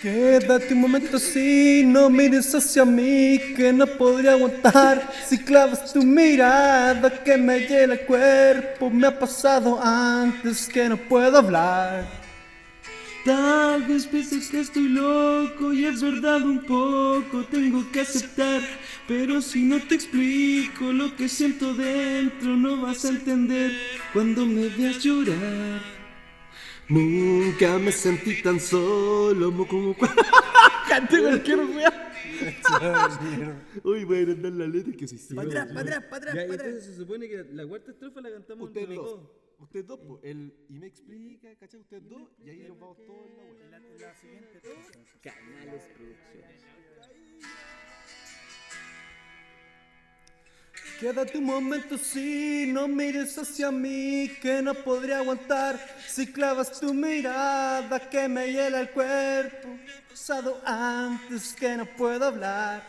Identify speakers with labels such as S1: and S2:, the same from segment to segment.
S1: Quédate un momento así, no mires hacia mí, que no podría aguantar. Si clavas tu mirada que me llena el cuerpo, me ha pasado antes que no puedo hablar.
S2: Tal vez pienses que estoy loco y es verdad un poco, tengo que aceptar. Pero si no te explico lo que siento dentro, no vas a entender cuando me veas llorar. Nunca me sentí tan solo mo- como cuando. Cante cualquier wea. Uy, voy a agrandar la letra que se hicieron. ¿eh?
S3: atrás, para atrás, para atrás,
S4: Ya,
S3: para atrás.
S4: entonces se supone que la cuarta estrofa la cantamos
S2: Ustedes
S4: entre los
S2: dos.
S4: dos.
S2: Ustedes dos,
S1: pues,
S4: Eh,
S2: po. El y me explica, ¿cachai? Ustedes dos, y ahí los vamos todos en la wea.
S4: Eh, Canales Producciones.
S1: Quédate un momento así, no mires hacia mí, que no podría aguantar. Si clavas tu mirada que me hiela el cuerpo, me ha pasado antes que no puedo hablar.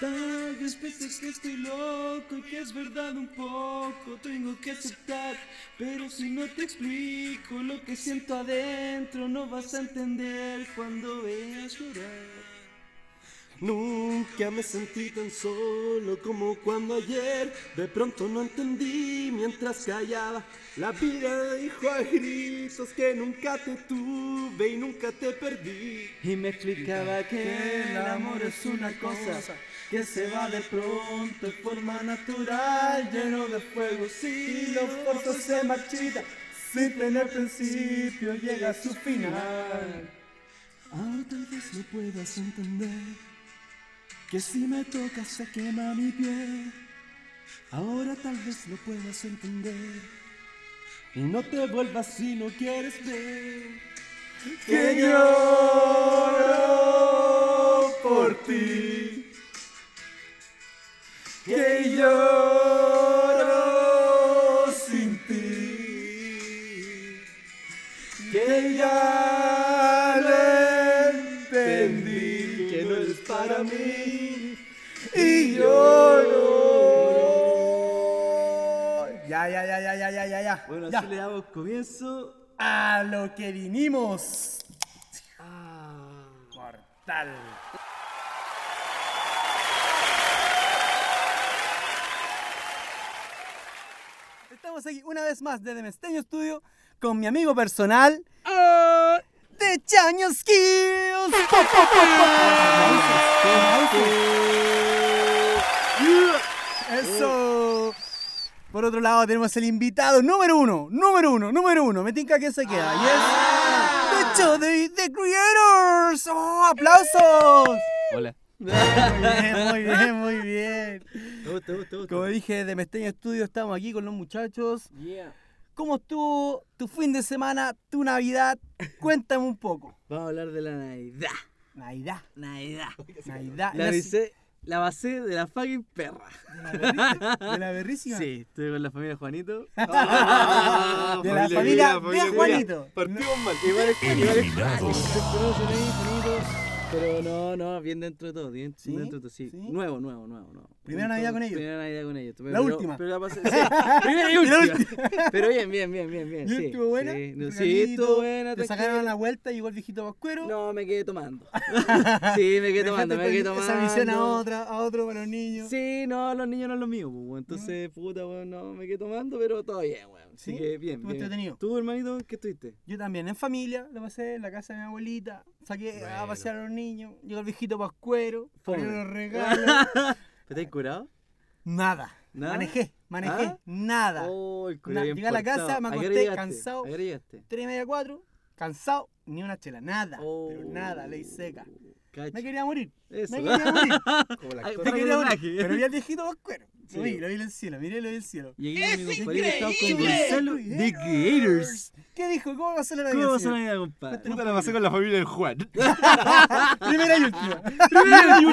S2: Tal vez pienses que estoy loco y que es verdad un poco, tengo que aceptar. Pero si no te explico lo que siento adentro, no vas a entender cuando veas llorar. Nunca me sentí tan solo como cuando ayer de pronto no entendí mientras callaba. La vida dijo a gritos que nunca te tuve y nunca te perdí.
S4: Y me explicaba
S2: Que el amor es una cosa que se va de pronto de forma natural, lleno de fuego,
S1: Y
S2: sí,
S1: los pozos se marchita, sin tener principio llega a su final.
S2: Ahora Ah, tal vez no puedas entender que si me tocas se quema mi piel. Ahora tal vez no puedas entender y no te vuelvas si no quieres ver.
S1: Que lloro por ti. Que lloro sin ti. Que ya le entendí que no eres para mí. Y lloro. Ya, ya, ya, ya, ya, ya, ya, ya.
S4: Bueno,
S1: Ya.
S4: así le damos comienzo.
S1: A lo que vinimos. Mortal. Estamos aquí una vez más desde Mesteño Studio con mi amigo personal ah, de Chaño Skills. Pa, pa, pa, pa. Eso. Por otro lado tenemos el invitado número uno, número uno, número uno. Me tinca que se queda. Y
S4: Ah.
S1: es The Chody, The Creators. ¡Oh, aplausos!
S4: Hola.
S1: Muy bien, muy bien, muy bien.
S4: ¿Te gusta, te gusta, te gusta?
S1: Como dije, de Mesteño Estudio estamos aquí con los muchachos.
S4: Yeah.
S1: ¿Cómo estuvo tu fin de semana, tu Navidad? Cuéntame un poco.
S4: Vamos a hablar de la Navidad.
S1: Navidad,
S4: Navidad.
S1: Navidad.
S4: La
S1: Nací-
S4: besé, la basé de la fucking perra.
S1: de la berrísima. Ah,
S4: Sí, estuve con la familia Juanito. Ah,
S1: De la familia, de Juanito.
S2: Partimos mal.
S4: Igual es igual es- se conocen ahí, Juanito, Pero no, no, bien dentro de todo, bien
S1: ¿Sí?
S4: dentro de todo, sí.
S1: ¿Sí?
S4: Nuevo, nuevo, nuevo, nuevo.
S1: Primera Navidad con ellos.
S4: Primera Navidad con ellos.
S1: La última.
S4: Pero la pasé, sí. Primera y última. Pero bien, bien, bien, bien, bien.
S1: ¿Y
S4: sí,
S1: estuvo buena?
S4: Sí, no, sí,
S1: Regalito,
S4: estuvo buena.
S1: Te
S4: tranquila.
S1: sacaron a la vuelta y igual viejito vascuero.
S4: No, me quedé tomando. sí, me quedé tomando, me quedé tomando.
S1: Esa visión a otra, a otro para los niños.
S4: Sí, no, los niños no es lo mío, pues, weón. entonces, puta, weón, no, me quedé tomando, pero todo bien, weón. Así
S1: ¿Sí?
S4: que bien,
S1: Estuvo
S4: bien.
S1: entretenido.
S4: ¿Tú, hermanito, qué estuviste?
S1: Yo también, en familia, lo pasé en la casa de mi abuelita. Saqué a pasear a los niños. Llegó el viejito pascuero,
S4: Fome.
S1: ponía los regalos.
S4: ¿Te has curado?
S1: nada.
S4: ¿Nada?
S1: Manejé, manejé,
S4: ¿Ah?
S1: nada.
S4: Oh, el
S1: Na-
S4: curado. bien
S1: llegué a la casa,
S4: portado.
S1: me
S4: ¿A qué hora
S1: acosté
S4: llegaste?
S1: cansado.
S4: ¿A qué hora llegaste?
S1: Tres y media, cuatro, cansado, ni una chela, nada. Pero
S4: Oh,
S1: nada, ley seca.
S4: cacha.
S1: Me quería morir. Me
S4: Eso.
S1: quería morir.
S2: Como la
S4: Ay,
S1: Me
S4: fue
S1: quería morir.
S4: homenaje.
S1: Pero vi al viejito pascuero.
S4: Sí.
S1: Lo vi, lo vi en el cielo, miré, lo vi en el cielo.
S4: Llegué a mi compadre, estaba con
S1: increíble!
S4: Gonzalo The Creators.
S1: ¿Qué dijo? ¿Cómo va a ser la
S4: ¿Cómo
S1: vida,
S4: vas a
S1: señor?
S4: la vida, compadre?
S2: Puta la pasé con la familia del Juan.
S1: Primera y última.
S2: Primera y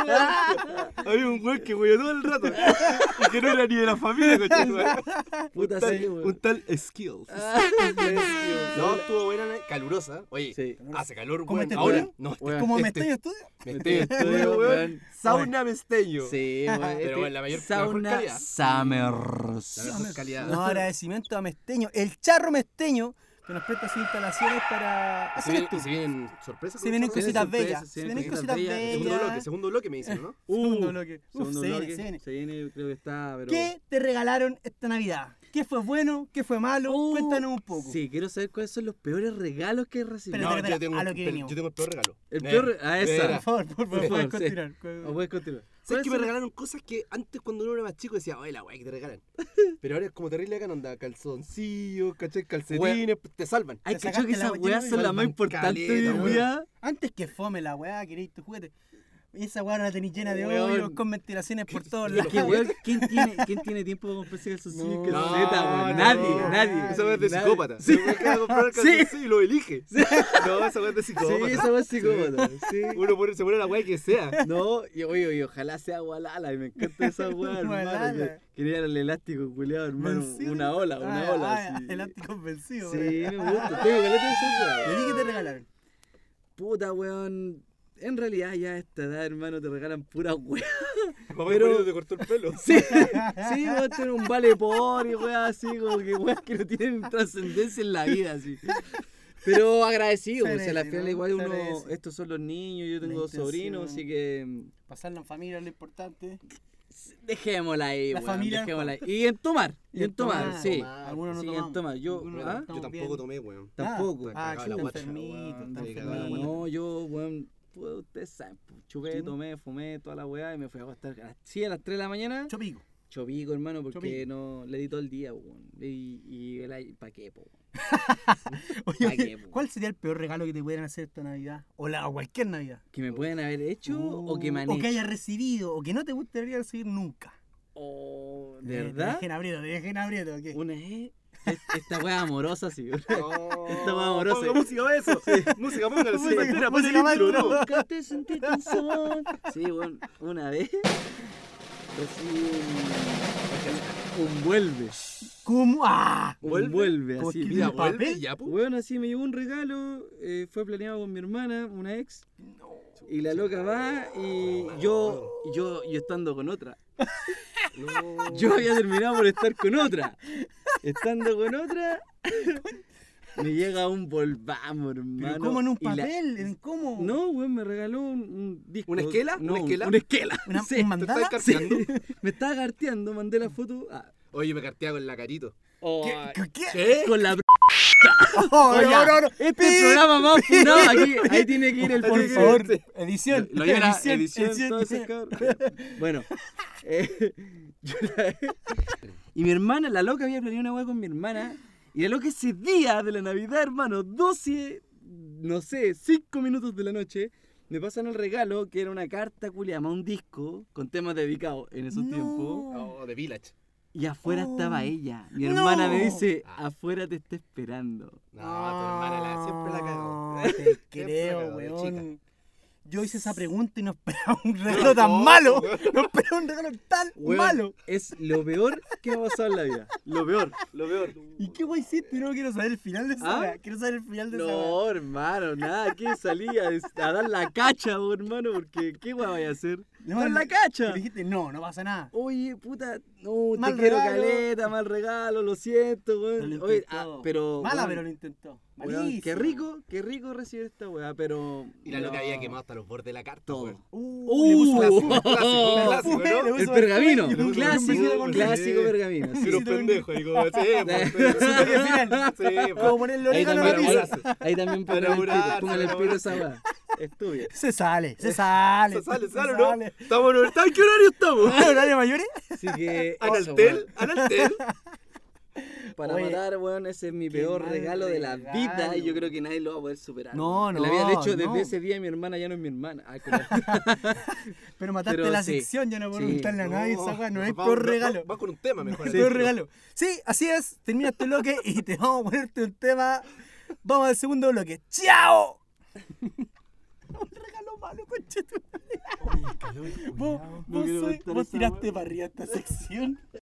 S2: última. Había un weón que hueó todo el rato. Y que no era ni de la familia, coche.
S4: Puta, sí, weón. Ah.
S2: Un tal Skills. No, estuvo buena, ¿no? calurosa. Oye,
S4: Sí.
S2: hace calor,
S1: ¿Cómo
S2: weón.
S1: este
S2: Ahora,
S1: weón?
S2: no, este-
S4: Weón,
S1: Como me
S2: este-
S1: estoy en estudio.
S2: me estoy en
S4: Este
S2: estudio,
S4: weón,
S2: weón.
S4: weón.
S2: Sauna mesteño.
S4: Sí, weón, este-
S2: bueno, la mayor- la
S4: Sauna
S2: mejor calidad.
S4: Summers.
S2: La mejor calidad.
S1: No, agradecimiento a Mesteño. El charro Mesteño que nos presta sus instalaciones para
S3: Y se
S1: hacer
S3: vienen-
S1: esto.
S3: y se vienen sorpresas.
S1: Se vienen
S3: ¿no?
S1: cositas
S4: sorpresas,
S1: bellas.
S4: se
S1: Se
S4: vienen
S1: vienen
S4: cositas
S1: cositas
S4: bellas.
S3: Segundo bloque,
S1: bellas.
S3: segundo bloque me dicen, ¿no?
S1: Segundo bloque. Uf,
S4: Segundo
S1: se viene,
S4: bloque.
S1: se viene.
S4: yo creo que está, pero...
S1: ¿Qué te regalaron esta Navidad? ¿Qué fue bueno? ¿Qué fue malo?
S4: Oh,
S1: Cuéntanos un poco.
S4: Sí, quiero saber cuáles son los peores regalos que he recibido.
S1: Pero- espera, espera,
S3: yo, tengo,
S1: a lo que
S3: pero
S1: venimos.
S3: yo tengo el peor regalo.
S4: El
S3: Eh,
S4: peor- a esa.
S3: espera.
S1: Por favor, por favor,
S4: Por
S1: puedes
S4: favor, sí. Oh,
S1: continuar.
S4: O puedes continuar.
S3: ¿Sabes que me
S4: ¿Cuáles son
S3: regalaron cosas que antes cuando uno era más chico decía, oye, la weá que te regalan? Pero ahora es como terrible acá, onda, calzoncillos, ¿cachai? Calcetines, te salvan.
S4: Hay
S1: Te
S4: que
S1: sacaste
S4: que
S1: la
S4: esas
S1: weá,
S4: weas
S1: yo
S4: son
S1: me
S4: las más
S3: salvan
S4: importantes hoy
S3: caleta,
S4: en
S3: weón.
S4: día.
S1: Antes que fome la weá, queréis tu juguete. Y esa weá ahora la tenéis llena de
S4: Weón.
S1: hoyos con ventilaciones por todos
S4: Es
S3: Es
S1: lados.
S4: que, weón, ¿quién tiene, ¿quién tiene tiempo de comprarse calzoncillos
S1: No,
S4: y calcetas, weón?
S1: no,
S4: Nadie,
S1: no,
S4: nadie.
S3: Esa weá es de
S4: Nadie.
S3: psicópata.
S4: Sí,
S3: Se me queda comprar el
S4: Sí.
S3: calzoncillo y lo elige. No, esa weá es de psicópata.
S4: sí, esa weá es psicópata. Sí.
S3: Uno pone, se pone la weá que sea.
S4: No, y oye, oye, ojalá sea Gualala, y me encanta esa weá, hermano.
S1: Gualala.
S4: que- Quería el elástico culiado, hermano.
S1: Vencido.
S4: Una ola, una
S1: Ah,
S4: ola.
S1: ah,
S4: sí.
S1: Elástico vencido.
S4: Sí,
S1: weón.
S4: me gusta. Tengo caleta de esas weas.
S1: ¿Y a ti qué te regalaron?
S4: Puta, weón. En realidad ya a esta edad, hermano, te regalan pura weá.
S3: Papá
S4: Pero-
S3: pero... te cortó el pelo.
S4: Sí, sí, weón, tener un vale por y weá así, como que weá que no tienen trascendencia en la vida, así. Pero agradecido,
S1: Se
S4: pues, a la
S1: agradece,
S4: final
S1: ¿no?
S4: igual
S1: Se
S4: uno,
S1: agradece.
S4: estos son los niños, yo
S1: La
S4: tengo dos sobrinos,
S1: intención.
S4: así que
S1: Pasarla en familia es lo importante.
S4: dejémosla ahí,
S1: La
S4: weón,
S1: familia-
S4: dejémosla ahí. Y en tomar, y en tomar, sí.
S3: tomar.
S1: ah, Algunos no
S4: Sí, en
S1: tomamos.
S4: tomar. Yo-
S1: Algunos
S4: ¿ah?
S1: estamos
S3: Yo
S1: bien.
S3: tampoco tomé, weón.
S4: Tampoco.
S1: Ah,
S3: Cagaba
S1: chuta,
S3: la guacha.
S1: enfermito, está
S3: Sí, cagaba la
S1: enfermito.
S3: guacha.
S4: No, yo, weón, puta, ustedes saben, pues, chugué, tomé, fumé, toda la weá, y me fui a acostar a las, sí, a las 3 de la mañana.
S1: Chopico.
S4: Chopico, hermano, porque
S1: Chopico.
S4: no le di todo el día, weón. Y, y el ahí, ¿pa' qué, po? weón?
S3: Ah,
S1: Oye,
S4: Ay, qué
S1: ¿cuál sería el peor regalo que te pudieran hacer esta Navidad? O, la, o cualquier Navidad. Uh,
S4: Que me pueden haber hecho o que me han
S1: O que
S4: hecho.
S1: hayas recibido, o que no te gustaría recibir nunca.
S4: Oh,
S1: Eh,
S4: ¿De
S1: Te
S4: verdad?
S1: dejen abrir, te dejen abrir. ¿o qué?
S4: Una es es- esta weá amorosa, sí. weón.
S3: Está
S4: más amoroso.
S3: Oh, Ponga música a eso. Música, póngala. Sí,
S1: Música,
S3: espera, pon el
S1: música,
S3: intro,
S1: maestro.
S3: ¿no?
S4: Nunca te sentí tan solo. Sí, weón, una vez recibí un, un vuelve.
S1: ¿Cómo? ¡Ah!
S4: Un
S3: ¿Vuelve?
S4: vuelve,
S1: ¿Cómo
S4: así.
S1: escribí
S3: Ya,
S1: el papel?
S3: vuelve, ya, pu.
S4: Weón, así me llegó un regalo, eh, fue planeado con mi hermana, una ex. Y la loca va y yo, yo, yo estando con otra.
S3: No.
S4: Yo había terminado por estar con otra. Estando con otra, me llega un volvamos,
S1: ¿Pero
S4: hermano.
S1: cómo en un
S4: y la-
S1: papel? ¿En cómo?
S4: No, weón, me regaló un, un disco.
S3: ¿Una esquela?
S4: No,
S3: ¿Una esquela?
S4: Una esquela.
S1: ¿Una, ¿Un
S4: Sí.
S3: ¿Te estás
S1: mandala?
S4: Sí.
S3: carteando?
S4: Me estaba carteando, mandé la foto. ah,
S3: Oye, me carteaba con la carito.
S4: oh,
S1: ¿Qué? ¿Qué? qué?
S3: ¿Qué?
S4: Con la
S1: Oh,
S4: Oye,
S1: no, no, no.
S4: Este
S1: Pi,
S4: programa más funado. Aquí, ahí tiene que ir el
S1: Por
S4: Fonsi.
S1: favor, edición.
S4: Lo lleva la
S1: edición,
S4: edición,
S1: edición.
S4: todo ese cabrón. Bueno. eh, yo la- y mi hermana, la loca, había planeado una weá con mi hermana. Y la loca ese día de la Navidad, hermano, 12, no sé, 5 minutos de la noche, me pasan el regalo, que era una carta culiama, un disco con temas dedicados en esos
S1: No.
S4: tiempos.
S3: Oh, de Village.
S4: Y afuera
S1: Oh.
S4: estaba ella. Mi
S1: No.
S4: hermana me dice, afuera te está esperando.
S3: No, tu hermana la, siempre la cagó.
S1: No, Te
S3: la
S1: creo,
S3: cagó de
S1: weón. Yo hice esa pregunta y no esperaba un regalo tan malo. No esperaba un regalo tan
S4: Weón,
S1: malo.
S4: Es lo peor que me ha pasado en la vida. Lo peor, lo peor.
S1: ¿Y qué guay hiciste? No quiero saber el final de esa
S4: ¿Ah?
S1: weá. Quiero saber el final de esa weá.
S4: No, hermano, nada, que salí a, des- a dar la cacha, po, hermano, porque qué guay voy a hacer.
S1: No,
S4: ¡Dar la
S1: le-
S4: cacha!
S1: Le dijiste, no, no pasa nada.
S4: Oye, puta, no,
S1: Mal
S4: te quiero
S1: regalo.
S4: caleta, mal regalo, lo
S1: Pero
S4: siento, weón.
S1: lo
S4: Oye, ah,
S1: intentó.
S4: pero.
S1: Mala,
S4: weón,
S1: pero lo intentó.
S4: weón,
S1: Malísimo.
S4: qué rico, qué rico recibir esta weá, pero.
S3: Y la loca
S4: no.
S3: había quemado hasta los bordes de la carta.
S4: Todo.
S3: weón.
S1: Uh, le puso
S4: ¡Uh!
S1: la-
S3: azul, clásico, clásico,
S1: Fue,
S3: ¿no?
S1: le puso
S4: El
S1: la-
S4: pergamino,
S1: y le puso
S4: un
S1: un besito
S4: clásico,
S1: con-
S4: clásico pergamino.
S3: Sí, los pendejos, ahí como, sí, pues,
S1: Historia final.
S3: sí, pues.
S1: Como ponerle
S4: Ahí
S1: orégano a la
S4: también,
S1: pizza.
S4: ahí- ahí también
S3: Para
S4: póngale el
S3: curar,
S4: pito, póngale el
S3: para
S4: pito a
S3: curar.
S4: esa weá. Estúpido.
S1: Se sale, se sale.
S3: Se sale,
S1: se
S3: sale, ¿no?
S1: sale.
S3: Estamos en el ¿en qué horario estamos?
S1: ¿Ah, ¿Horario mayores?
S4: Así que.
S1: Oh,
S4: eso,
S3: Analtel, Analtel.
S4: weón. Para
S1: Oye,
S4: matar, weón, ese es mi
S1: qué
S4: peor
S1: mal
S4: regalo de la
S1: regalo.
S4: vida y yo creo que nadie lo va a poder superar.
S1: No,
S4: weón.
S1: no,
S4: La vida, de hecho,
S1: no.
S4: desde ese día mi hermana ya no es mi hermana. Ah, como-
S1: Pero mataste
S4: Pero
S1: la
S4: sí,
S1: sección, ya no puedo
S4: sí.
S1: preguntarle a nadie esa weá, no hay
S3: Vamos,
S1: peor
S3: va-
S1: regalo.
S3: Va con un tema
S1: No
S3: mejor. ¿eh?
S1: hay
S3: Sí.
S1: peor regalo. Sí, así es, termina este bloque y te vamos a ponerte un tema. Vamos al segundo bloque. ¡Chao! un regalo malo, conchetumare. Vos, vos,
S4: quiero
S1: soy-
S4: contar
S1: vos
S4: esa
S1: tiraste para arriba esta sección.